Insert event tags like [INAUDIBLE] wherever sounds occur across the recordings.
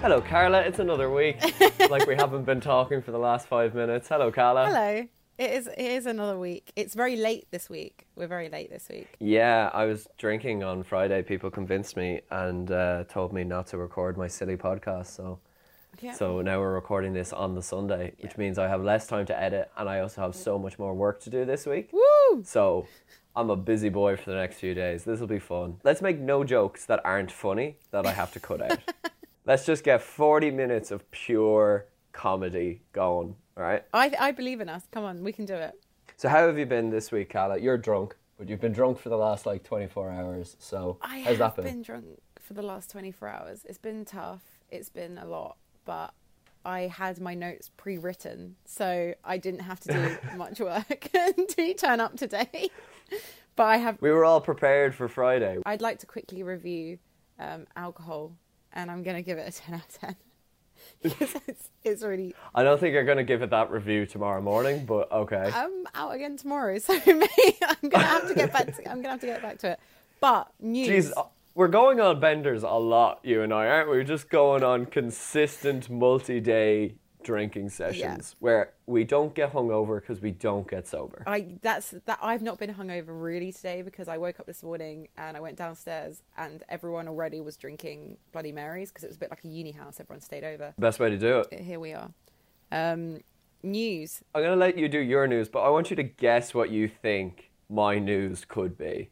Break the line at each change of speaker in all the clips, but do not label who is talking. Hello, Carla. It's another
[LAUGHS]
week. like we haven't been talking for the last five minutes. Hello, Carla.
Hello. It is it is another week. It's very late this week. We're very late this week.
Yeah, I was drinking on Friday. People convinced me and uh, told me not to record my silly podcast. So,
Yeah.
so now we're recording this on the Sunday, which means I have less time to edit, and I also have so much more work to do this week.
Woo!
So, I'm a busy boy for the next few days. This will be fun. Let's make no jokes that aren't funny that I have to cut
[LAUGHS]
out. Let's just get 40 minutes of pure comedy going. All right.
I I believe in us. Come on, we can do it.
So how have you been this week, Carla? You're drunk, but you've been drunk for the last like 24 hours. So
I
how's
have
that been?
been drunk for the last 24 hours. It's been tough. It's been a lot, but I had my notes pre-written, so I didn't have to do much work [LAUGHS] to turn up today. [LAUGHS] But I have
We were all prepared for Friday.
I'd like to quickly review um, alcohol and I'm going to give it a 10 out of 10. [LAUGHS] because it's, it's really
I don't think you're going to give it that review tomorrow morning, but okay.
I'm out again tomorrow, [LAUGHS] so maybe I'm gonna have to get back. To, I'm gonna have to get back to it. But news.
Jeez, we're going on benders a lot, you and I, aren't we? We're just going on consistent multi-day drinking sessions where we don't get hungover because we don't get sober.
I that's that I've not been hungover really today because I woke up this morning and I went downstairs and everyone already was drinking Bloody Marys because it was a bit like a uni house. Everyone stayed over.
Best way to do it.
But here we are. Um, news.
I'm going to let you do your news, but I want you to guess what you think my news could be.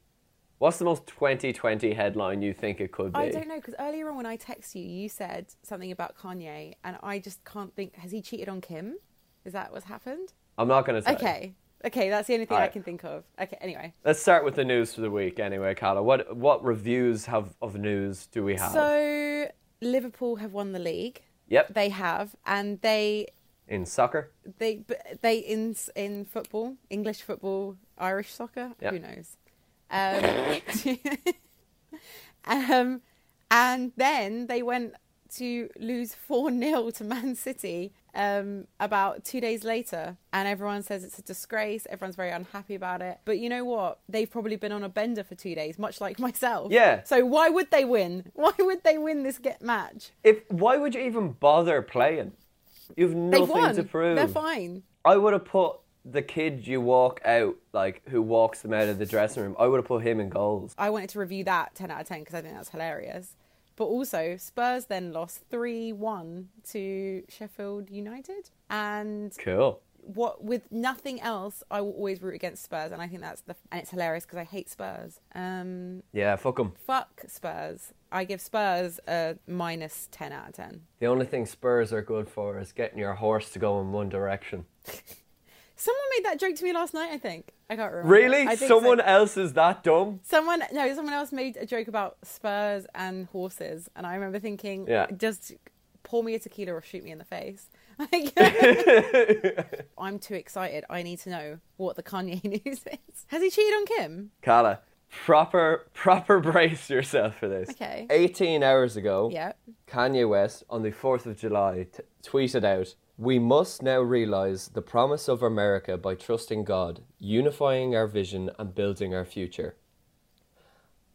What's the most 2020 headline you think it could be?
I don't know because earlier on when I text you, you said something about Kanye, and I just can't think. Has he cheated on Kim? Is that what's happened?
I'm not going to tell.
Okay. Okay, that's the only thing I
Alright.
can think of. Okay, anyway.
Let's start with the news for the week anyway, Carla. What what reviews have of news do we have?
So Liverpool have won the league.
Yep.
They have, and they
In soccer?
they but they in in football, English football, Irish soccer.
Yep.
Who knows? Um, [LAUGHS] um, and then they went to lose four 0 to Man City. Um, about two days later, and everyone says it's a disgrace. Everyone's very unhappy about it. But you know what? They've probably been on a bender for two days, much like myself.
Yeah.
So why would they win? Why would they win this get match?
If why would you even bother playing? You've
They've
nothing
won.
to prove.
They're fine.
I would have put the kid you walk out, like who walks them out of the dressing room, I would have put him in goals.
I wanted to review that 10 out of 10 because I think that's hilarious. But also, Spurs then lost 3 1 to Sheffield United. And
Cool.
what with nothing else, I will always root against Spurs. And I think that's the. And it's hilarious because I hate Spurs. Um,
Yeah, fuck 'em.
fuck Spurs. I give Spurs a minus 10 out of 10.
The only thing Spurs are good for is getting your horse to go in one direction.
Someone made that joke to me last night, I think. I can't remember.
Really?
I think so.
Someone else is that dumb?
Someone no, someone else made a joke about Spurs and horses, and I remember thinking,
Yeah.
just pour me a tequila or shoot me in the face. [LAUGHS]
[LAUGHS]
I'm too excited. I need to know what the Kanye [LAUGHS] news is. Has he cheated on Kim?
Carla, proper proper [LAUGHS] brace yourself for this.
Okay.
18 hours ago,
Yeah.
Kanye West on the 4th of July t- tweeted out, "We must now realize the promise of America by trusting God, unifying our vision and building our future."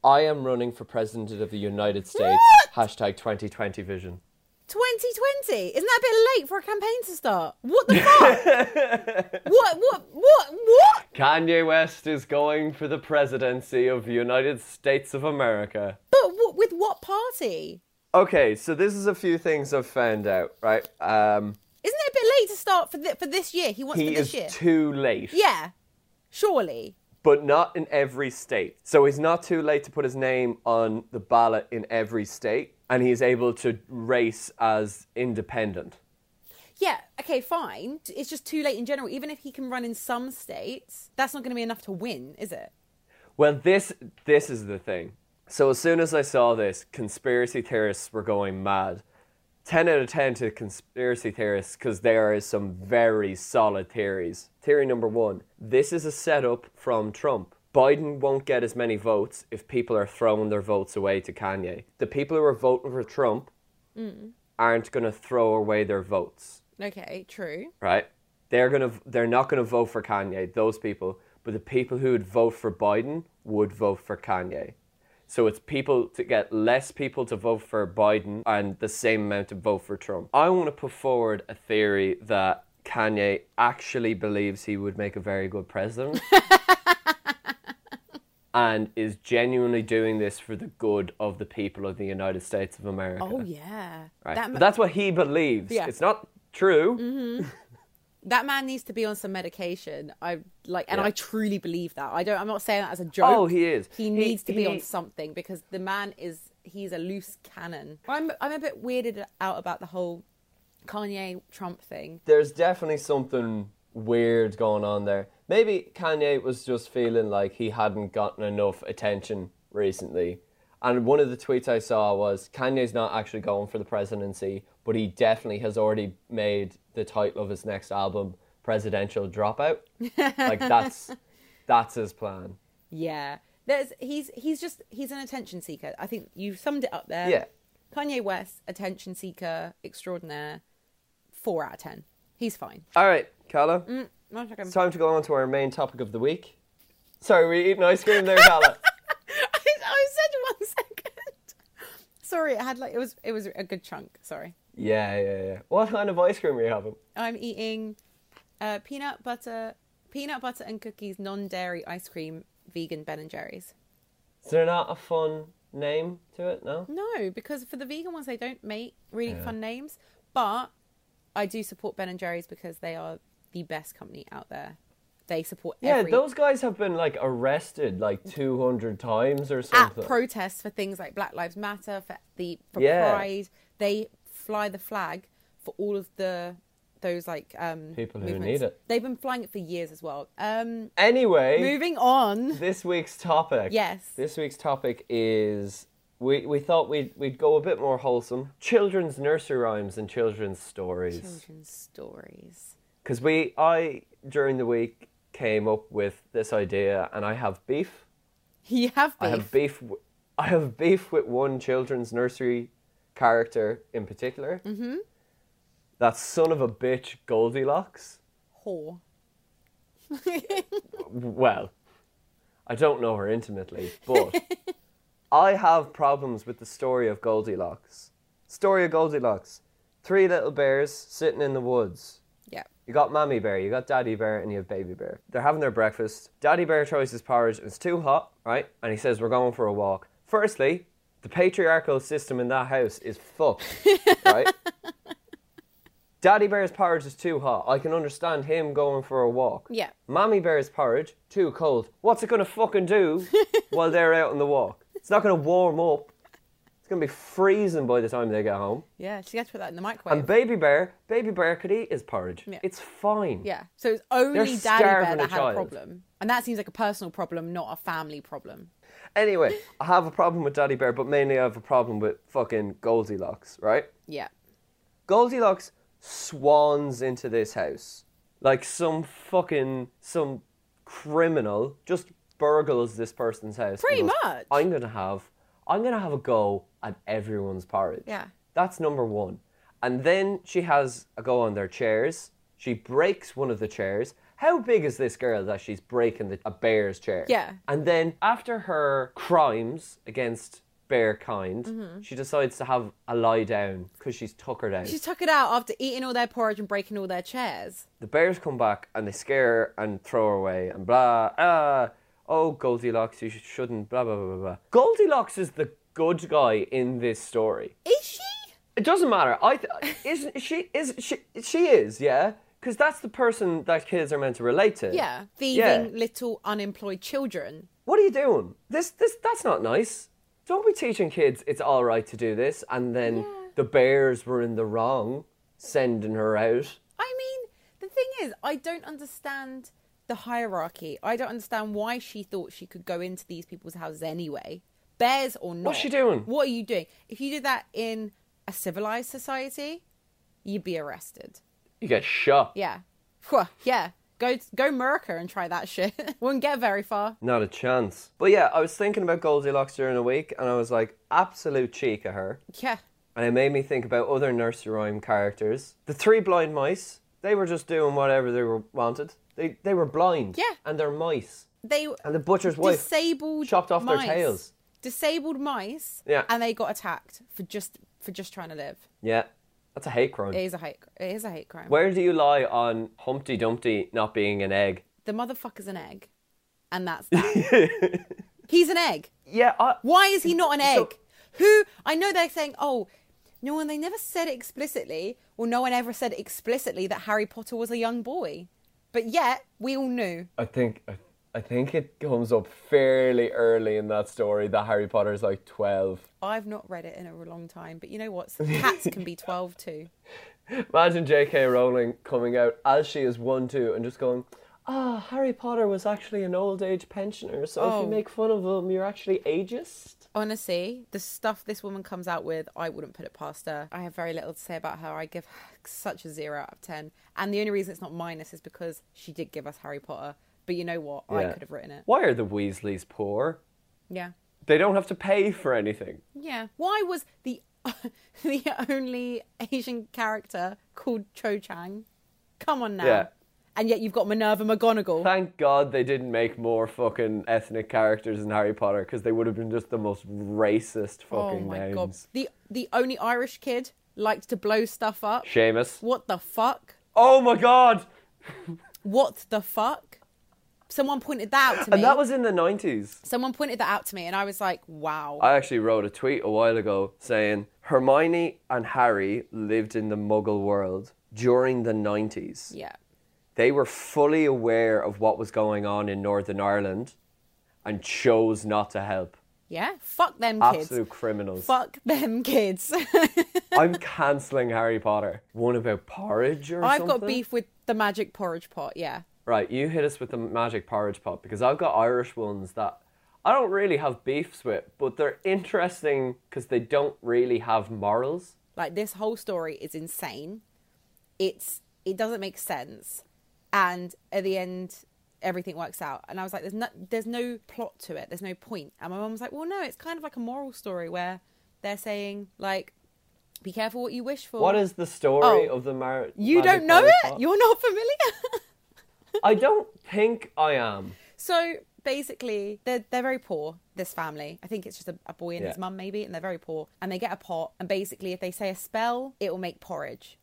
I am running for president of the United States. Hashtag 2020 vision.
2020. Isn't that a bit late for a campaign to start? What the fuck?
[LAUGHS]
what? What? What? What?
Kanye West is going for the presidency of the United States of America.
But what, with what party?
Okay, so this is a few things I've found out, right? Um,
Isn't it a bit late to start for thi- for this year? He wants
he
for this
is
year.
too late.
yeah. Surely.
but not in every state. So he's not too late to put his name on the ballot in every state, and he's able to race as independent.
Yeah, okay, fine. It's just too late in general. Even if he can run in some states, that's not going to be enough to win, is it?
Well, this this is the thing. So as soon as I saw this, conspiracy theorists were going mad. Ten out of ten to conspiracy theorists because there is some very solid theories. Theory number one: this is a setup from Trump. Biden won't get as many votes if people are throwing their votes away to Kanye. The people who are voting for Trump aren't going to throw away their votes
Okay, true.
right? They're gonna they're not gonna vote for Kanye, those people, but the people who would vote for Biden would vote for Kanye. So it's people to get less people to vote for Biden and the same amount to vote for Trump. I want to put forward a theory that Kanye actually believes he would make a very good
[LAUGHS]
president. And is genuinely doing this for the good of the people of the United States of America.
Oh yeah.
Right.
That ma-
But that's what he believes.
Yeah.
It's not true.
that man needs to be on some medication. I like, and
Yeah.
I truly believe that. I don't. I'm not saying that as a joke.
Oh, he is.
He needs to be on
he-
something because the man is. He's a loose cannon. I'm. I'm a bit weirded out about the whole Kanye Trump thing.
There's definitely something weird going on there. Maybe Kanye was just feeling like he hadn't gotten enough attention recently. And one of the tweets I saw was Kanye's not actually going for the presidency, but he definitely has already made the title of his next album Presidential Dropout. like that's that's his plan.
Yeah. There's. He's. He's just. He's an attention seeker. I think you summed it up there.
Yeah.
Kanye West, attention seeker, extraordinaire. Four out of ten. He's fine.
All right, Calla.
One second.
It's time to go on to our main topic of the week. Sorry, were you eating ice cream there, Calla?
[LAUGHS] I, I said one second. Sorry, it had like it was it was a good chunk. Sorry,
yeah, yeah, yeah. What kind of ice cream are you having?
I'm eating uh, peanut butter, peanut butter and cookies, non-dairy ice cream, vegan Ben and Jerry's.
Is there not a fun name to it? No.
No, because for the vegan ones they don't make really fun names, but I do support Ben and Jerry's because they are the best company out there. They support
Yeah,
every
those guys have been like arrested like two hundred times or
at
something.
protests for things like Black Lives Matter, for the for
Yeah.
Pride. They fly the flag for all of the those like um,
People who
movements.
need it.
They've been flying it for years as well. Um,
anyway,
moving on.
this week's topic.
Yes.
This week's topic is we we thought we'd we'd go a bit more wholesome. Children's nursery rhymes and children's stories.
Children's stories.
Because we I during the week came up with this idea, and I have beef.
[LAUGHS] You have beef.
I have beef. W- I have beef with one children's nursery character in particular. Mm-hmm. That son of a bitch, Goldilocks.
Whore.
Well, I don't know her intimately, but [LAUGHS] I have problems with the story of Goldilocks. Story of Goldilocks: three little bears sitting in the woods.
yeah.
You got Mammy Bear, you got Daddy Bear, and you have Baby Bear. They're having their breakfast. Daddy Bear tries his porridge, and it's too hot, right? And he says, We're going for a walk. Firstly, the patriarchal system in that house is fucked,
[LAUGHS]
right? Daddy Bear's porridge is too hot. I can understand him going for a walk.
Yeah.
Mammy Bear's porridge, too cold. What's it gonna fucking
[LAUGHS]
do while they're out on the walk? It's not gonna warm up. It's gonna be freezing by the time they get home.
Yeah. She had to put that in the microwave.
And Baby Bear, Baby Bear could eat his porridge.
Yeah.
It's fine.
yeah. So it's only
They're
Daddy Bear
starving
that
a
had a
child.
problem, and that seems like a personal problem, not a family problem.
Anyway, I have a problem with Daddy Bear, but mainly I have a problem with fucking Goldilocks, right?
Yeah.
Goldilocks swans into this house. Like some fucking some criminal just burgles this person's house. and
Pretty
goes,
much.
I'm gonna have I'm gonna have a go at everyone's porridge.
Yeah.
That's number one. And then she has a go on their chairs. She breaks one of the chairs. How big is this girl that she's breaking the, a bear's chair?
Yeah.
And then after her crimes against bear kind,
Mm-hmm.
she decides to have a lie down because she's tuckered out.
She took it out after eating all their porridge and breaking all their chairs.
The bears come back and they scare her and throw her away and blah, ah, oh, Goldilocks, you sh- shouldn't, blah, blah, blah, blah, blah. Goldilocks is the good guy in this story.
Is she?
It doesn't matter. I th- [LAUGHS] isn't she is she she is yeah because that's the person that kids are meant to relate to.
Yeah, thieving
Yeah.
little unemployed children.
What are you doing? This this that's not nice. Don't be teaching kids it's all right to do this, and then the bears were in the wrong, sending her out.
I mean, the thing is, I don't understand the hierarchy. I don't understand why she thought she could go into these people's houses anyway, bears or not.
What's she doing?
What are you doing? If you did that in a civilized society, you'd be arrested.
You get shot.
Yeah, Phew, yeah. Go go America and try that shit. [LAUGHS] Wouldn't get very far.
Not a chance. But yeah, I was thinking about Goldilocks during the week, and I was like, absolute cheek of her.
Yeah,
and it made me think about other nursery rhyme characters. The three blind mice, they were just doing whatever they were wanted. They they were blind.
Yeah.
And they're mice.
they
And the butcher's wife
disabled
chopped off
mice.
their tails.
disabled mice,
Yeah.
and they got attacked for just for just trying to live.
Yeah, that's a hate crime.
It is a hate. It is a hate crime.
Where do you lie on Humpty Dumpty not being an egg?
The motherfucker's an egg,
[LAUGHS]
and that's that. He's an egg.
Yeah, I,
Why is he not an
So-
egg? Who I know they're saying, oh, no one. They never said it explicitly, or no one ever said explicitly that Harry Potter was a young boy, but yet we all knew.
I think I, I think it comes up fairly early in that story that Harry Potter's like twelve.
I've not read it in a long time, but you know what? Cats
[LAUGHS]
can be twelve too.
Imagine J.K. Rowling coming out as she is one two and just going, "Ah, Harry Potter was actually an old age pensioner, so if
Oh.
you make fun of him, you're actually ageist."
Honestly, the stuff this woman comes out with, I wouldn't put it past her. I have very little to say about her. I give such a zero out of 10. And the only reason it's not minus is because she did give us Harry Potter. But you know what? Oh, I
Yeah.
could have written it.
Why are the Weasleys poor?
Yeah.
They don't have to pay for anything.
Yeah. Why was the [LAUGHS] the only Asian character called Cho Chang? Come on now.
Yeah.
And yet you've got Minerva McGonagall.
Thank God they didn't make more fucking ethnic characters in Harry Potter because they would have been just the most racist
Oh
fucking
my
names.
god. The the only Irish kid liked to blow stuff up.
Seamus.
What the fuck?
Oh my god!
What the fuck? Someone pointed that out to me.
And that was in the 90s.
Someone pointed that out to me, and I was like, wow.
I actually wrote a tweet a while ago saying Hermione and Harry lived in the muggle world during the 90s.
yeah.
They were fully aware of what was going on in Northern Ireland and chose not to help.
Yeah. Fuck them kids.
Absolute criminals.
[LAUGHS] Fuck them kids.
I'm cancelling Harry Potter. One about porridge or
[LAUGHS] I've
something?
got beef with the magic porridge pot. Yeah.
Right, you hit us with the magic porridge pot because I've got Irish ones that I don't really have beefs with, but they're interesting because they don't really have morals.
Like this whole story is insane. It's it doesn't make sense, and at the end, everything works out. And I was like, there's no there's no plot to it. There's no point. And my mum was like, well, no, it's kind of like a moral story where they're saying like, be careful what you wish for.
What is the story
Oh.
of the marriage?
you don't know it? You're not familiar. [LAUGHS]
I don't think I am.
So basically, they're they're very poor. This family, I think it's just a, a boy and his
Yeah.
mum maybe, and they're very poor. And they get a pot, and basically, if they say a spell, it will make porridge.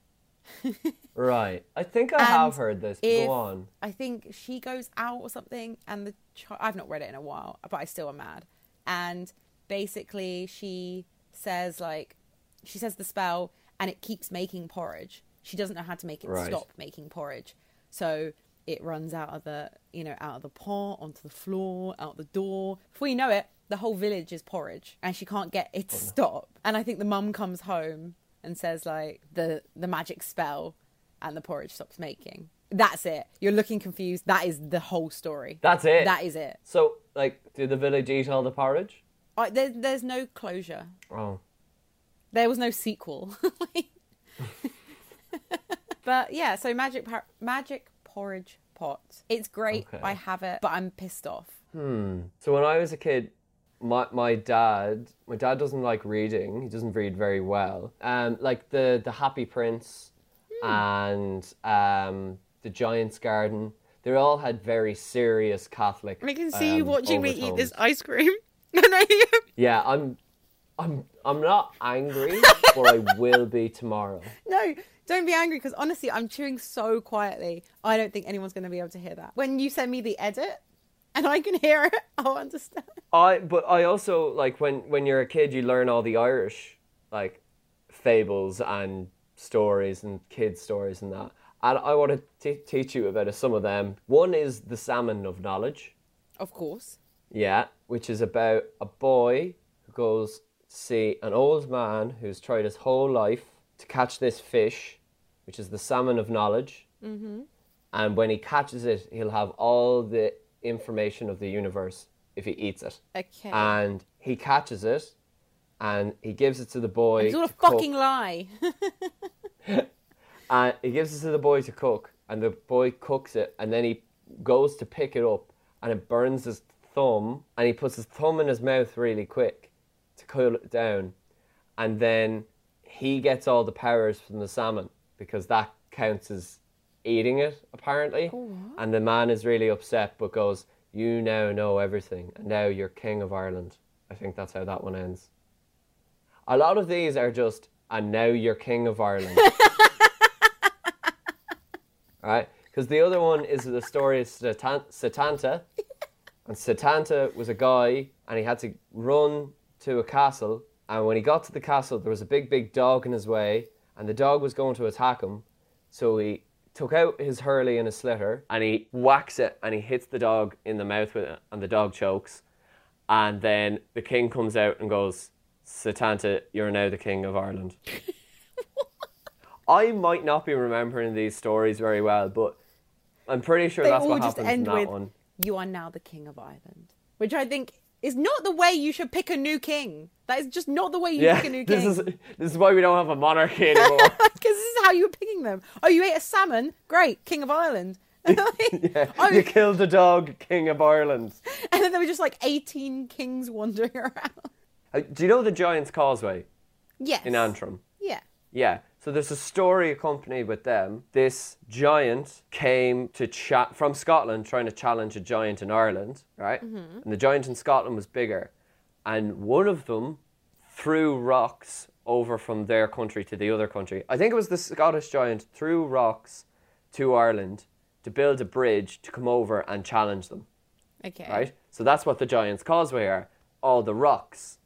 Right. I think I
And
have heard this.
if-
Go on.
I think she goes out or something, and the chi- I've not read it in a while, but I still am mad. And basically, she says like she says the spell, and it keeps making porridge. She doesn't know how to make it
Right.
stop making porridge, so it runs out of the you know out of the pot onto the floor, out the door. Before you know it, the whole village is porridge, and she can't get it to
Oh.
stop. And I think the mum comes home and says like the the magic spell and the porridge stops making. That's it. You're looking confused. That is the whole story.
That's it.
That is it.
So, like, did the village eat all the porridge?
I, there, there's no closure.
Oh.
There was no sequel. [LAUGHS] but yeah, so magic par- magic porridge pot. It's great.
Okay.
I have it, but I'm pissed off.
So when I was a kid, my my dad, my dad doesn't like reading. He doesn't read very well. Um, like the the Happy Prince,
Hmm.
and um, the Giant's Garden. They all had very serious Catholic.
I can see you
um,
watching me eat
overtones.
this ice cream. [LAUGHS] And I
Yeah, I'm, I'm, I'm not angry, but I will be tomorrow.
No, don't be angry because honestly, I'm chewing so quietly. I don't think anyone's going to be able to hear that. When you send me the edit and I can hear it, [LAUGHS] I'll understand.
I, but I also like when when you're a kid, you learn all the Irish like fables and stories and kids stories and that. And I want to t- teach you about some of them. One is the salmon of knowledge.
Of course.
Yeah, which is about a boy who goes to see an old man who's tried his whole life to catch this fish, which is the salmon of knowledge. Mm-hmm. And when he catches it, he'll have all the information of the universe if he eats it.
Okay.
And he catches it, and he gives it to the boy.
it's all a
to cook,
fucking lie.
and he gives it to the boy to cook, and the boy cooks it, and then he goes to pick it up, and it burns his thumb, and he puts his thumb in his mouth really quick to cool it down, and then he gets all the powers from the salmon because that counts as eating it apparently, and the man is really upset but goes, "You now know everything, and now you're king of Ireland." I think that's how that one ends. A lot of these are just, and now you're king of Ireland. right? Because the other one is the story of Satan- Satanta. And Satanta was a guy, and he had to run to a castle. And when he got to the castle, there was a big, big dog in his way, and the dog was going to attack him. So he took out his hurley and his slitter, and he whacks it, and he hits the dog in the mouth with it, and the dog chokes. And then the king comes out and goes, Satanta, you're now the king of Ireland. I might not be remembering these stories very well, but I'm pretty sure
They
that's
all
what
just
happens in
end
that
with
one.
"You are now the king of Ireland," which I think is not the way you should pick a new king. That is just not the way you pick a new
this
king.
is this is why we don't have a
[LAUGHS]
monarchy anymore.
Because this is how you're picking them. Oh, you ate a salmon? Great, King
[LAUGHS]
of Ireland. [LAUGHS] Oh,
you killed the dog, King of Ireland.
and then there were just like 18 kings wandering [LAUGHS] around.
Uh, do you know the Giant's Causeway
Yes.
in Antrim?
Yeah.
Yeah. So there's a story accompanied with them. This giant came to chat from Scotland, trying to challenge a giant in Ireland, right? And the giant in Scotland was bigger, and one of them threw rocks over from their country to the other country. I think it was the Scottish giant threw rocks to Ireland to build a bridge to come over and challenge them,
Okay.
right? So that's what the Giant's Causeway are, all the rocks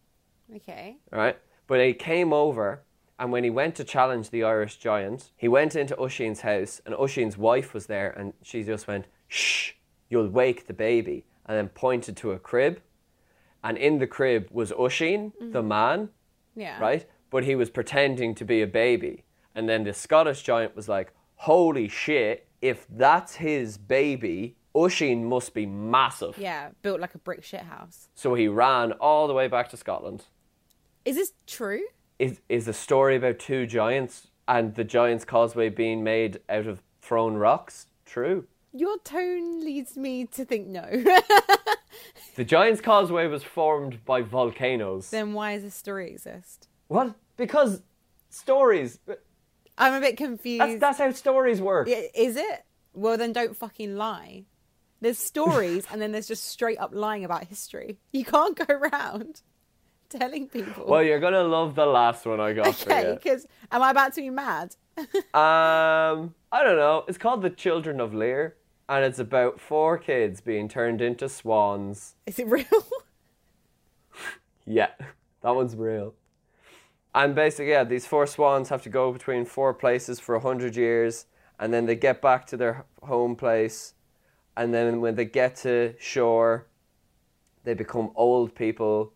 Okay.
right? But he came over, and when he went to challenge the Irish giant, he went into Usheen's house, and Usheen's wife was there, and she just went, "Shh, you'll wake the baby," and then pointed to a crib, and in the crib was Usheen, the man,
Mm-hmm. Yeah.
right? But he was pretending to be a baby, and then the Scottish giant was like, "Holy shit! If that's his baby." Usheen must be massive.
Yeah. Built like a brick shit house.
So he ran all the way back to Scotland.
Is this true?
is is a story about two giants and the giants causeway being made out of thrown rocks true
Your tone leads me to think no. [LAUGHS]
the giants causeway was formed by volcanoes
then why does this story exist?
what because stories
I'm a bit confused.
that's, that's how stories work
I- Is it? Well, then don't fucking lie. There's stories, and then there's just straight up lying about history. You can't go around [LAUGHS] telling people.
well you're gonna love the last one i got
okay, because am I about to be mad? [LAUGHS]
for you um i don't know it's called the children of lear and it's about four kids being turned into swans
Is it real?
Yeah, [LAUGHS] that one's real. And basically, yeah, these four swans have to go between four places for a hundred years, and then they get back to their home place, and then when they get to shore, they become old people,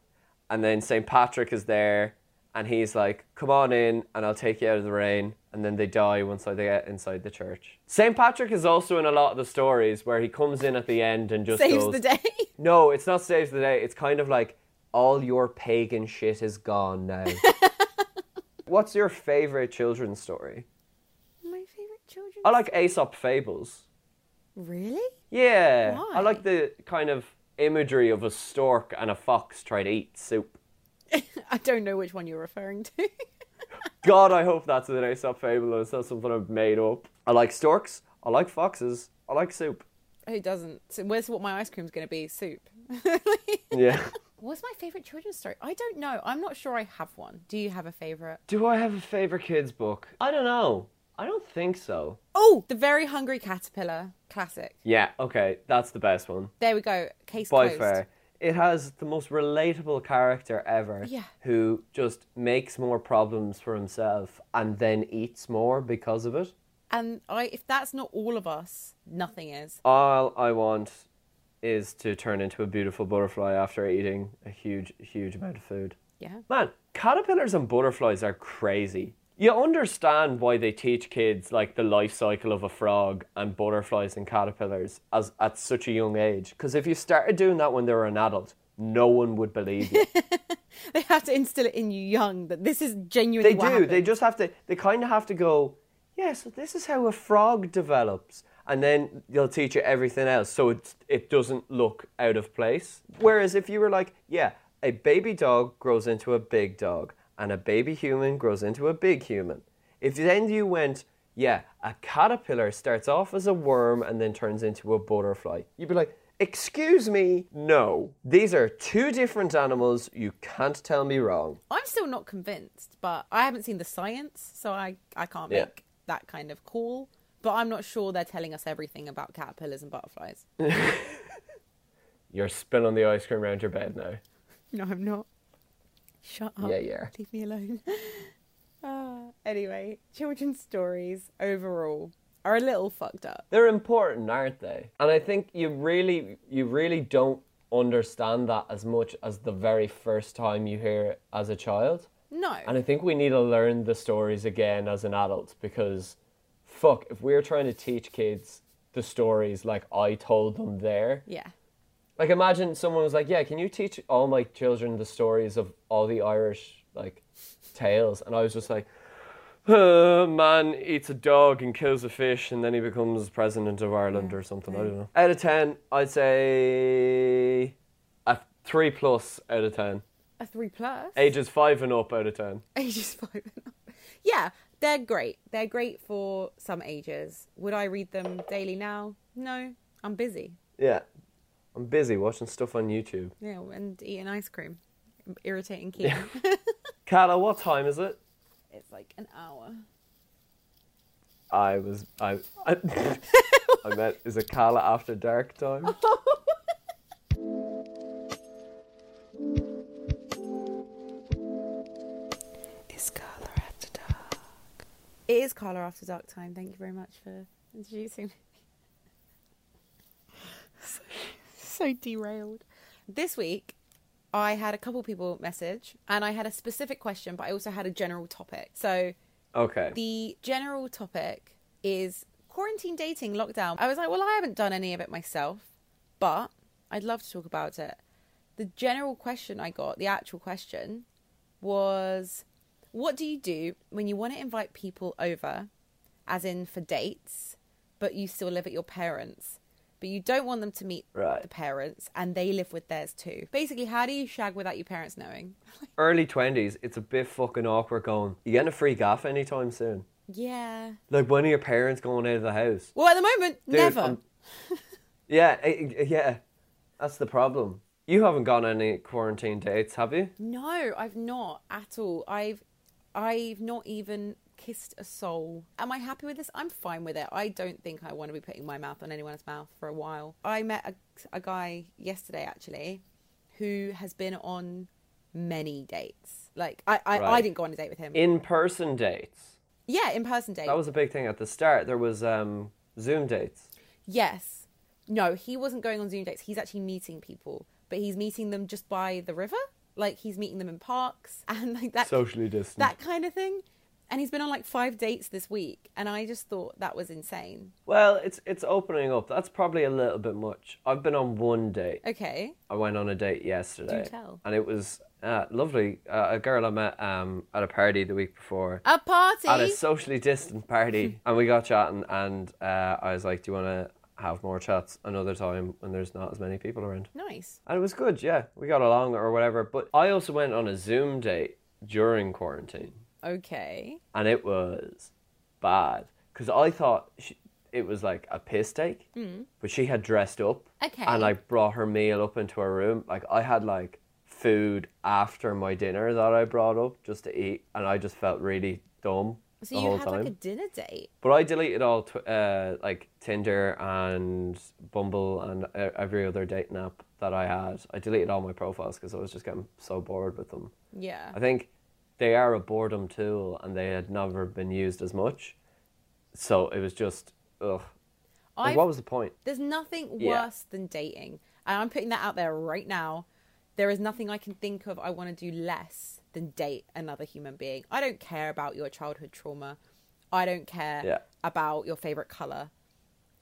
and then Saint Patrick is there, and he's like, "Come on in, and I'll take you out of the rain." And then they die once they get inside the church. Saint Patrick is also in a lot of the stories where he comes in at the end and just
Saves
goes,
the day.
no, it's not saves the day. It's kind of like all your pagan shit is gone now. What's your favorite children's story?
My favorite children.
I like Aesop fables.
Really?
Yeah, I
Why?
like the kind of imagery of a stork and a fox trying to eat soup.
I don't know which one you're referring to.
God, I hope that's an Aesop fable and it's not something I've made up. I like storks. I like foxes. I like soup.
Who doesn't? So where's what my ice cream's going to be? [LAUGHS] Soup.
Yeah.
What's my favorite children's story? I don't know. I'm not sure I have one. Do you have a favorite?
Do I have a favorite kids book? I don't know. I don't think so.
Oh, the very hungry caterpillar classic.
Yeah, okay, that's the best one.
There we go. Case
by
closed.
far. It has the most relatable character ever
Yeah.
who just makes more problems for himself and then eats more because of it.
And I, if that's not all of us, nothing is.
All I want is to turn into a beautiful butterfly after eating a huge, huge amount of food.
Yeah.
Man, caterpillars and butterflies are crazy. You understand why they teach kids like the life cycle of a frog and butterflies and caterpillars as at such a young age. Because if you started doing that when they were an adult, no one would believe you.
[LAUGHS] They have to instill it in you young that this is genuinely
They do.
what
They
happened.
just have to. They kind of have to go. Yeah, so this is how a frog develops, and then they'll teach you everything else, so it it doesn't look out of place. Whereas if you were like, yeah, a baby dog grows into a big dog, and a baby human grows into a big human. If then you went, yeah, a caterpillar starts off as a worm and then turns into a butterfly, you'd be like, Excuse me, no. These are two different animals. You can't tell me wrong.
I'm still not convinced, but I haven't seen the science, so I, I can't
Yeah.
make that kind of call. But I'm not sure they're telling us everything about caterpillars and butterflies.
You're spilling the ice cream around your bed now.
No, I'm not. Shut up.
Yeah, yeah.
Leave me alone. [LAUGHS] Ah, anyway, children's stories overall are a little fucked up.
They're important, aren't they? And I think you really you really don't understand that as much as the very first time you hear it as a child.
No.
And I think we need to learn the stories again as an adult because, fuck, if we're trying to teach kids the stories like I told them there,
Yeah.
like imagine someone was like, "Yeah, can you teach all my children the stories of all the Irish like tales?" And I was just like, uh, "Man eats a dog and kills a fish, and then he becomes president of Ireland or something." I don't know. Out of ten, I'd say a three plus out of ten.
A three plus.
Ages five and up out of ten.
[LAUGHS] ages five and up. Yeah, they're great. They're great for some ages. Would I read them daily now? No, I'm busy.
Yeah, I'm busy watching stuff on YouTube.
Yeah, and eating ice cream. Irritating kid.
Carla, what time is it?
[LAUGHS] it's like an hour.
I was I [LAUGHS] I, I meant is it Carla after dark time?
It's Carla After Dark. It is Carla After Dark time. Thank you very much for introducing me. [LAUGHS] so, so derailed. This week, I had a couple people message, and I had a specific question, but I also had a general topic. So
Okay.
the general topic is quarantine dating, lockdown. I was like, well, I haven't done any of it myself, but I'd love to talk about it. The general question I got, the actual question, was what do you do when you want to invite people over, as in for dates, but you still live at your parents'? But you don't want them to meet
Right.
the parents and they live with theirs too. Basically, how do you shag without your parents knowing? [LAUGHS]
early 20s, it's a bit fucking awkward going, you getting a free gaff anytime soon?
yeah.
Like, when are your parents going out of the house?
Well, at the moment,
Dude,
never.
I'm- [LAUGHS] Yeah, I- I- yeah, that's the problem. You haven't gone on any quarantine dates, have you?
No, I've not at all. I've I've not even kissed a soul. Am I happy with this? I'm fine with it. I don't think I want to be putting my mouth on anyone's mouth for a while. I met a, a guy yesterday actually who has been on many dates. Like I I, I
Right.
didn't go on a date with him.
In person dates.
yeah, in person date.
That was a big thing at the start. There was um, Zoom dates.
Yes. No, he wasn't going on Zoom dates. He's actually meeting people, but he's meeting them just by the river. Like he's meeting them in parks [LAUGHS] and like that
Socially distant.
that kind of thing. And he's been on like five dates this week, and I just thought that was insane.
well, it's it's opening up. That's probably a little bit much. I've been on one date.
Okay,
I went on a date yesterday.
tell.
And it was uh, lovely. Uh, a girl I met um, at a party the week before.
a party.
at a socially distant
[LAUGHS]
party, and we got chatting, and uh, I was like, "Do you want to have more chats another time when there's not as many people around?"
nice.
And it was good, yeah, we got along or whatever. But I also went on a Zoom date during quarantine,
Okay.
and it was bad because I thought she, it was like a piss take, mm. but she had dressed up,
Okay.
and like brought her meal up into her room. Like I had like food after my dinner that I brought up just to eat, and I just felt really dumb.
So
the
you
whole
had
time.
like a dinner date.
But I deleted all tw- uh, like Tinder and Bumble and e- every other dating app that I had. I deleted all my profiles because I was just getting so bored with them.
Yeah.
I think they are a boredom tool and they had never been used as much. So it was just ugh. Like,
I've-
what was the point?
There's nothing
Yeah.
worse than dating. And I'm putting that out there right now. There is nothing I can think of I want to do less than date another human being. I don't care about your childhood trauma. I don't care
Yeah.
about your favorite color.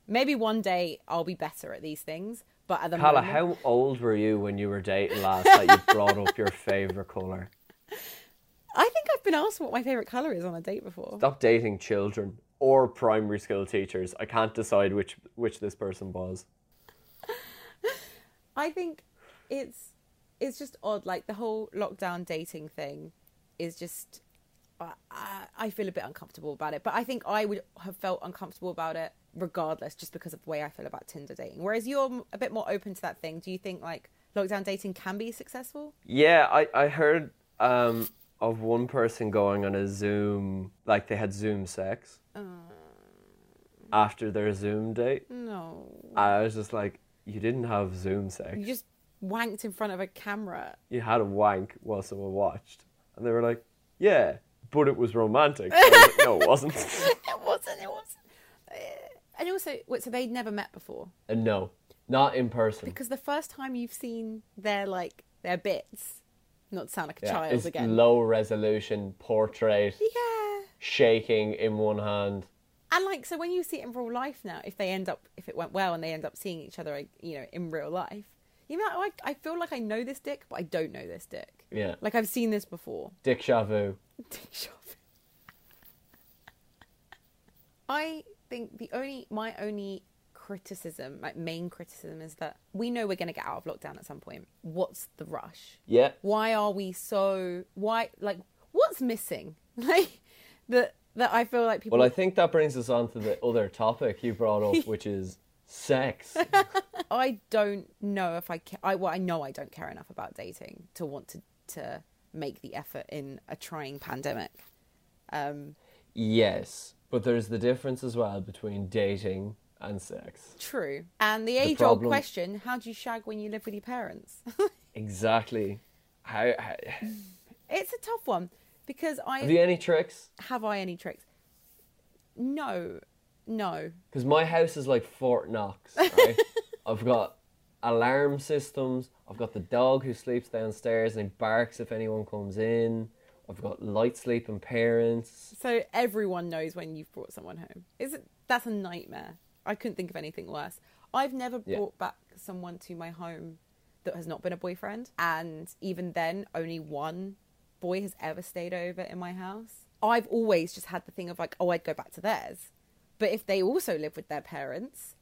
Maybe one day I'll be better at these things, but at the
Carla,
moment,
how old were you when you were dating last that you brought up your favorite color?
I think I've been asked what my favorite color is on a date before.
Stop dating children or primary school teachers. I can't decide which which this person was.
I think it's it's just odd. Like the whole lockdown dating thing is just I, I- I feel a bit uncomfortable about it. But I think I would have felt uncomfortable about it regardless, just because of the way I feel about Tinder dating. Whereas you're m- a bit more open to that thing. Do you think like lockdown dating can be successful?
Yeah, I, I heard um, of one person going on a Zoom, like they had Zoom sex
Uh.
after their Zoom date.
No,
I was just like, you didn't have Zoom sex.
you just wanked in front of a camera.
You had a wank while someone watched. And they were like, yeah, but it was
[LAUGHS]
romantic. I was like, no, it wasn't.
[LAUGHS] It wasn't. It wasn't. Eh, And also, wait, so they'd never met before
and no, not in person.
because the first time you've seen their like their bits, not to sound like a
Yeah,
child
it's
again.
low resolution portrait,
yeah.
shaking in one hand.
And like, so when you see it in real life now, if they end up, if it went well and they end up seeing each other, like, you know, in real life, you know, like, I feel like I know this dick, but I don't know this dick.
Yeah.
Like I've seen this before. [LAUGHS]
Dick Shavu.
Dick shop. I think the only, my only criticism, like main criticism is that we know we're going to get out of lockdown at some point. What's the rush?
Yeah.
why are we so why like what's missing [LAUGHS] like that that i feel like people
Well, I think that brings us on to the other topic you brought up, which is sex.
I don't know if I ca- I well I know I don't care enough about dating to want to to make the effort in a trying pandemic. Um,
yes, but there's the difference as well between dating and sex.
true. And the age old
problem-
question: How do you shag when you live with your parents? [LAUGHS]
Exactly. How, how
it's a tough one because I
have you any tricks?
have I any tricks? No, no.
Because my house is like Fort Knox. Right? I've got alarm systems. I've got the dog who sleeps downstairs and he barks if anyone comes in. I've got light sleeping parents.
So everyone knows when you've brought someone home. Is it that's a nightmare. I couldn't think of anything worse. I've never
Yeah.
brought back someone to my home that has not been a boyfriend, and even then, only one boy has ever stayed over in my house. I've always just had the thing of like, oh, I'd go back to theirs, but if they also live with their parents,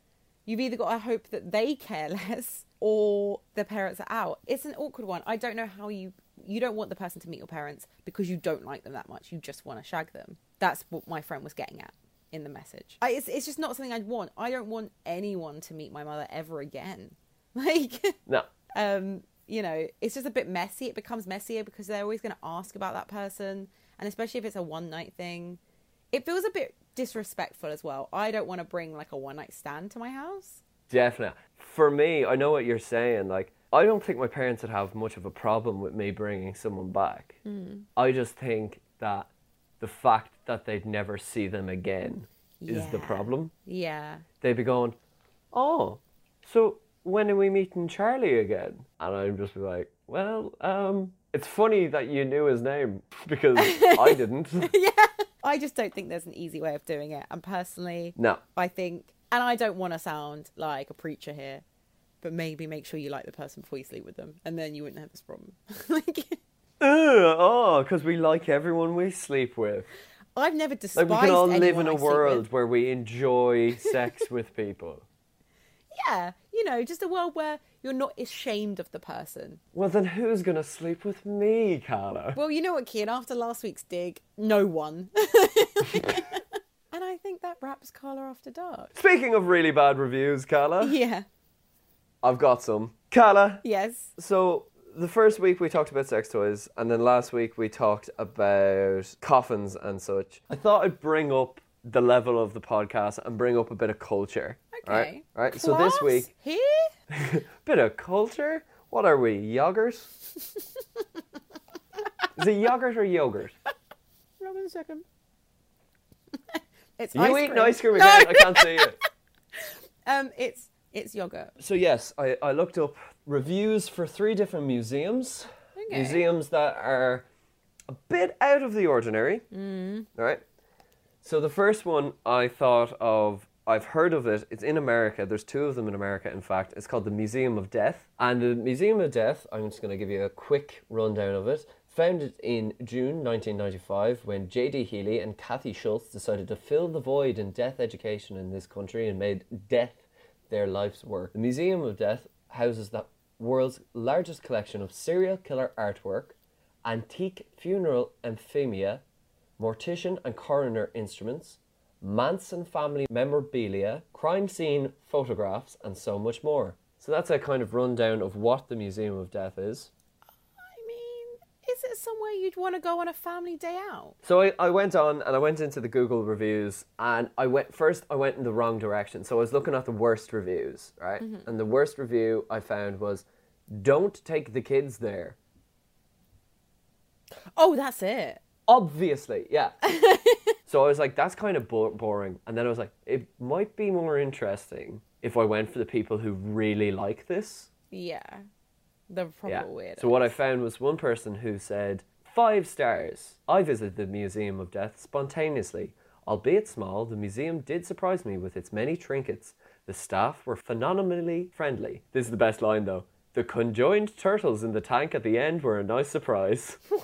you've either got to hope that they care [LAUGHS] less or their parents are out. It's an awkward one. I don't know how you you don't want the person to meet your parents because you don't like them that much. You just want to shag them. That's what my friend was getting at in the message. I, it's it's just not something I'd want. I don't want anyone to meet my mother ever again. [LAUGHS] Like
No.
um, you know, it's just a bit messy. It becomes messier because they're always going to ask about that person, and especially if it's a one night thing, it feels a bit disrespectful as well. I don't want to bring like a one night stand to my house.
Definitely. For me, I know what you're saying. Like, I don't think my parents would have much of a problem with me bringing someone back. I just think that the fact that they'd never see them again is the
Yeah.
problem.
Yeah,
They'd be going, "Oh, so when are we meeting Charlie again?" And I'd just be like, "Well, um, it's funny that you knew his name [LAUGHS] because I didn't."
I just don't think there's an easy way of doing it. And personally,
no.
I think, and I don't want to sound like a preacher here, but maybe make sure you like the person before you sleep with them, and then you wouldn't have this problem. [LAUGHS] like,
Ugh, oh, because we like everyone we sleep with.
I've never despised.
Like we can all live
anyone
in a
I sleep with.
world where we enjoy
[LAUGHS]
sex with people.
Yeah, you know, just a world where you're not ashamed of the person.
Well, then who's gonna sleep with me, Carla?
Well, you know what, Kian, after last week's dig, no one. [LAUGHS] and I think that wraps Carla After Dark.
Speaking of really bad reviews, Carla,
Yeah,
I've got some. Carla,
yes.
so the first week we talked about sex toys, and then last week we talked about coffins and such. I thought I'd bring up the level of the podcast and bring up a bit of culture.
Okay.
Right. right. So this
Class
week,
Here?
bit of culture. What are we,
[LAUGHS]
yogurt? Is it yogurt or yogurt?
Hold on a second. [LAUGHS] it's
You
ice
eating
cream.
ice cream
No,
again? I can't see it.
[LAUGHS] Um, it's, it's yogurt.
[LAUGHS] So yes, I, I looked up reviews for three different museums.
Okay.
Museums that are a bit out of the ordinary. Mm. All right. So the first one I thought of, I've heard of it. It's in America. There's two of them in America, in fact. It's called the Museum of Death. And the Museum of Death, I'm just going to give you a quick rundown of it. Founded in June 1995, when J.D. Healy and Kathy Schultz decided to fill the void in death education in this country and made death their life's work. The Museum of Death houses the world's largest collection of serial killer artwork, antique funeral euphemia, mortician and coroner instruments, Manson family memorabilia, crime scene photographs, and so much more. So that's a kind of rundown of what the Museum of Death is.
I mean, is it somewhere you'd want to go on a family day out?
So I, I went on and I went into the Google reviews and I went first I went in the wrong direction. So I was looking at the worst reviews, right? And the worst review I found was don't take the kids there.
Oh, that's it.
Obviously, yeah. so I was like, that's kind of bo- boring. And then I was like, it might be more interesting if I went for the people who really like this.
Yeah. The proper
Yeah.
weird.
So what I found was one person who said, Five stars. I visited the Museum of Death spontaneously. Albeit small, the museum did surprise me with its many trinkets. The staff were phenomenally friendly. This is the best line though. The conjoined turtles in the tank at the end were a nice surprise. [LAUGHS]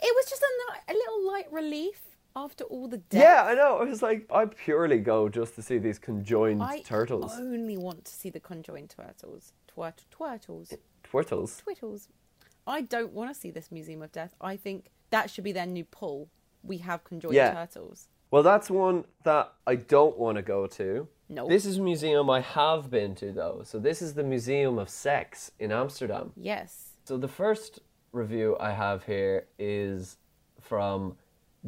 It was just a, ni- a little light relief after all the death.
Yeah, I know. I was like, I purely go just to see these conjoined
I
turtles.
only want to see the conjoined turtles. Twert- turtles.
Turtles.
Twittles. I don't want to see this Museum of Death. I think that should be their new pull. We have conjoined
Yeah.
turtles.
Well, that's one that I don't want to go to.
No.
This is a museum I have been to, though. So, this is the Museum of Sex in Amsterdam.
Yes.
So, the first review I have here is from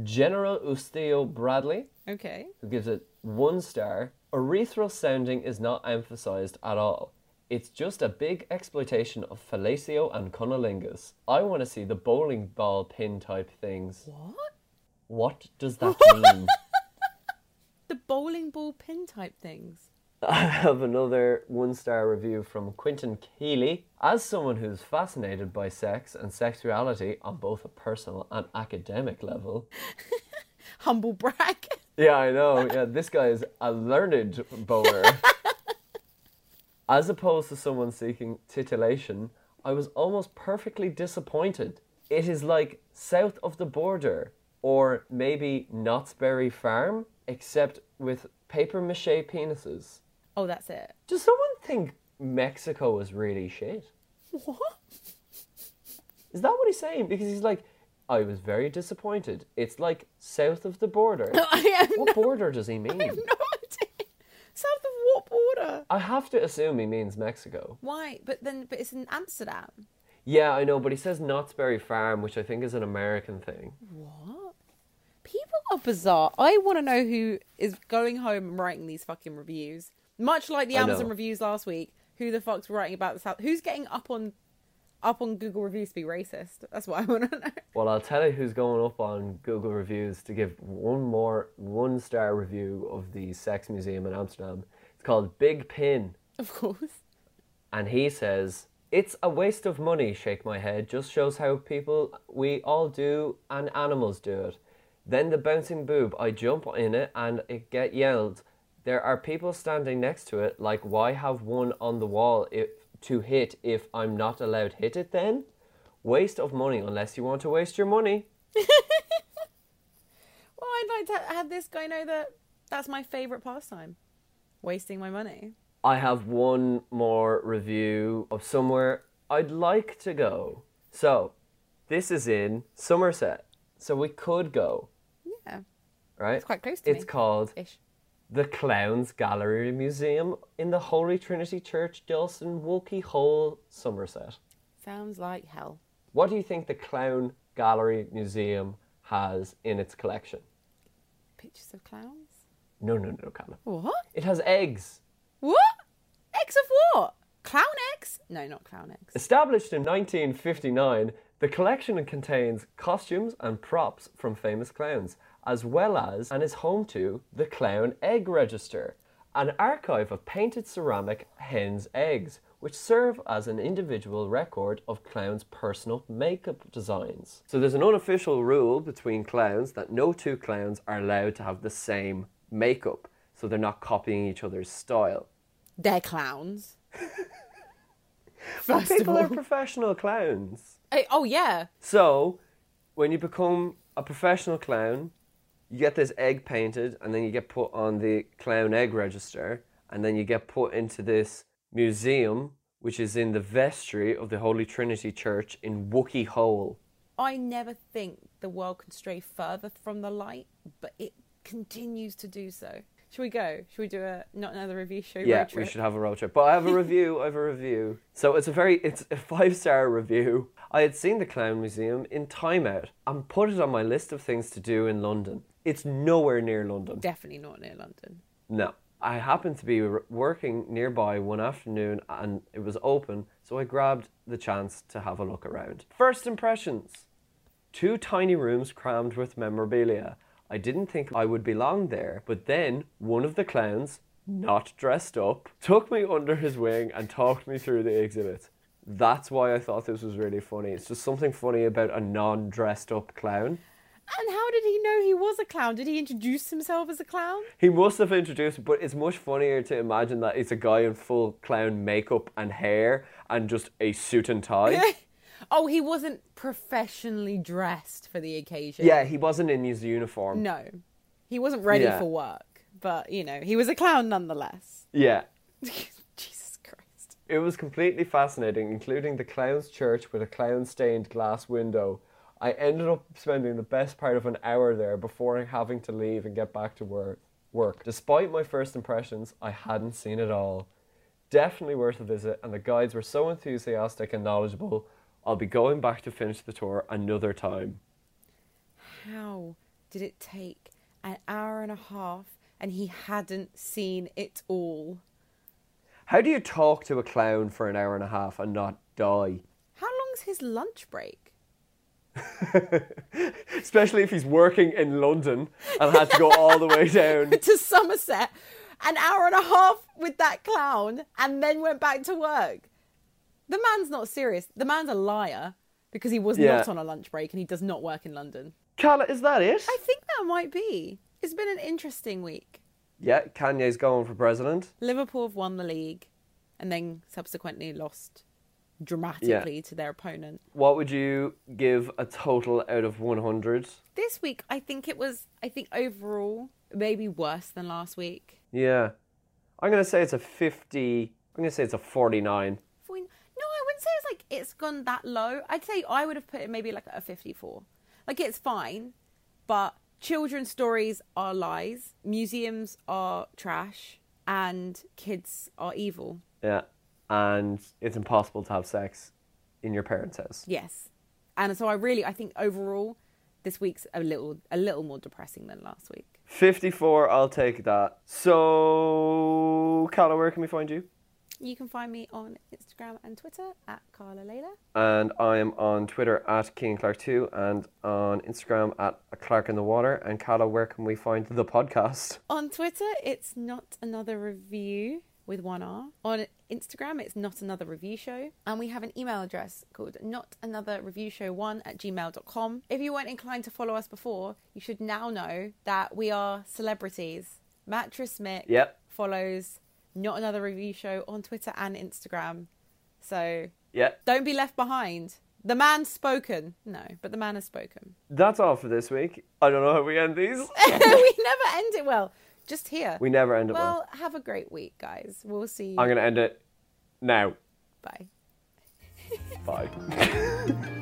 General Usteo Bradley,
Okay.
who gives it one star. Urethral sounding is not emphasized at all. It's just a big exploitation of fellatio and cunnilingus. I want to see the bowling ball pin type things.
What?
What does that mean?
The bowling ball pin type things.
I have another one star review from Quinton Keely. As someone who's fascinated by sex and sexuality on both a personal and academic level.
Humble brag. [LAUGHS]
Yeah, I know. Yeah, this guy is a learned bower. As opposed to someone seeking titillation, I was almost perfectly disappointed. It is like south of the border, or maybe Knott's Berry Farm, except with paper mache penises.
oh, that's it.
Does someone think Mexico is really shit?
What?
Is that what he's saying? Because he's like, I was very disappointed. It's like south of the border.
[LAUGHS] I have
what border does he mean?
no idea. South of what border?
I have to assume he means Mexico.
Why? But then, but it's in Amsterdam.
Yeah, I know, but he says Knott's Berry Farm, which I think is an American thing.
What? People are bizarre. I want to know who is going home and writing these fucking reviews. Much like the
I
Amazon
know.
reviews last week, who the fuck's writing about the South? Who's getting up on up on Google reviews to be racist? That's what I want to [LAUGHS] know.
Well, I'll tell you who's going up on Google reviews to give one more one star review of the Sex Museum in Amsterdam. It's called Big Pin.
Of course.
And he says, It's a waste of money, shake my head. Just shows how people we all do and animals do it. Then the bouncing boob, I jump in it and it get yelled. There are people standing next to it, like, why have one on the wall if, to hit if I'm not allowed hit it then? Waste of money unless you want to waste your money.
Well, I'd like to have this guy know that that's my favorite pastime, wasting my money.
I have one more review of somewhere I'd like to go. So, this is in Somerset. So we could go.
Yeah,
right?
It's quite close to
It's
me.
called
ish.
the Clowns Gallery Museum in the Holy Trinity Church, Dulston, Woolkey Hole, Somerset.
Sounds like hell.
What do you think the Clown Gallery Museum has in its collection?
Pictures of clowns.
No, no, no, Callum.
What?
It has eggs.
What? Eggs of what? Clown eggs? No, not clown eggs.
Established in 1959, the collection contains costumes and props from famous clowns, as well as and is home to the Clown Egg Register, an archive of painted ceramic hens' eggs, which serve as an individual record of clowns' personal makeup designs. So there's an unofficial rule between clowns that no two clowns are allowed to have the same makeup, so they're not copying each other's style.
They're clowns.
But
First of
people
all.
are professional clowns.
Eh, oh, yeah.
So, when you become a professional clown, you get this egg painted, and then you get put on the clown egg register, and then you get put into this museum which is in the vestry of the Holy Trinity Church in Wookie Hole.
I never think the world can stray further from the light, but it continues to do so. Should we go? Should we do a not another review show?
yeah,
road
we
trip?
should have a road trip. But I have
[LAUGHS]
a review. I have a review. So it's a very it's a five star review. I had seen the Clown Museum in Time Out and put it on my list of things to do in London. It's nowhere near London.
Definitely not near London.
No. I happened to be r- working nearby one afternoon and it was open, so I grabbed the chance to have a look around. First impressions two tiny rooms crammed with memorabilia. I didn't think I would belong there, but then one of the clowns, not dressed up, took me under his wing and talked me through the exhibit. That's why I thought this was really funny. It's just something funny about a non dressed up clown.
And how did he know he was a clown? Did he introduce himself as a clown?
He must have introduced, but it's much funnier to imagine that it's a guy in full clown makeup and hair and just a suit and
[LAUGHS]
tie.
oh, he wasn't professionally dressed for the occasion.
yeah, he wasn't in his uniform.
No, he wasn't ready
Yeah.
for work, but you know, he was a clown nonetheless. [LAUGHS]
Yeah.
Jesus Christ.
It was completely fascinating, including the clown's church with a clown stained glass window. I ended up spending the best part of an hour there before having to leave and get back to work. Work. Despite my first impressions, I hadn't seen it all. Definitely worth a visit, and the guides were so enthusiastic and knowledgeable. I'll be going back to finish the tour another time.
How did it take an hour and a half and he hadn't seen it all?
How do you talk to a clown for an hour and a half and not die?
How long's his lunch break?
Especially if he's working in London and had to go all the way down.
[LAUGHS] to Somerset, an hour and a half with that clown, and then went back to work. The man's not serious. The man's a liar because he was
Yeah.
not on a lunch break and he does not work in London.
[LAUGHS] Calla, is that it?
I think that might be. It's been an interesting week.
Yeah, Kanye's going for president.
Liverpool have won the league and then subsequently lost dramatically to their opponent.
What would you give a total out of 100?
This week, I think it was, I think overall, maybe worse than last week.
Yeah. I'm going to say it's a 50. I'm going to say it's a 49.
If we- No, I wouldn't say it's like it's gone that low. I'd say I would have put it maybe like at a 54. Like it's fine, but children's stories are lies, museums are trash, and kids are evil.
Yeah. And it's impossible to have sex in your parents' house.
Yes. And so I really I think overall this week's a little a little more depressing than last week.
54, I'll take that. So, Calla, where can we find you?
You can find me on Instagram and Twitter at Carla Layla.
and I am on Twitter at King Clark Two and on Instagram at Clark in the Water. And Carla, where can we find the podcast? [LAUGHS]
On Twitter, it's not another review with one R. On Instagram, it's not another review show. And we have an email address called not another review show one at gmail.com. If you weren't inclined to follow us before, you should now know that we are celebrities. Mattress Mick
Yep.
follows not another review show on Twitter and Instagram. So
Yeah,
don't be left behind. The man's spoken. No, but the man has spoken. [LAUGHS]
that's all for this week. I don't know how we end these. [LAUGHS]
we never end it well. Just here.
We never end it well.
Well, have a great week, guys. We'll see you.
I'm gonna end it now.
Bye.
Bye.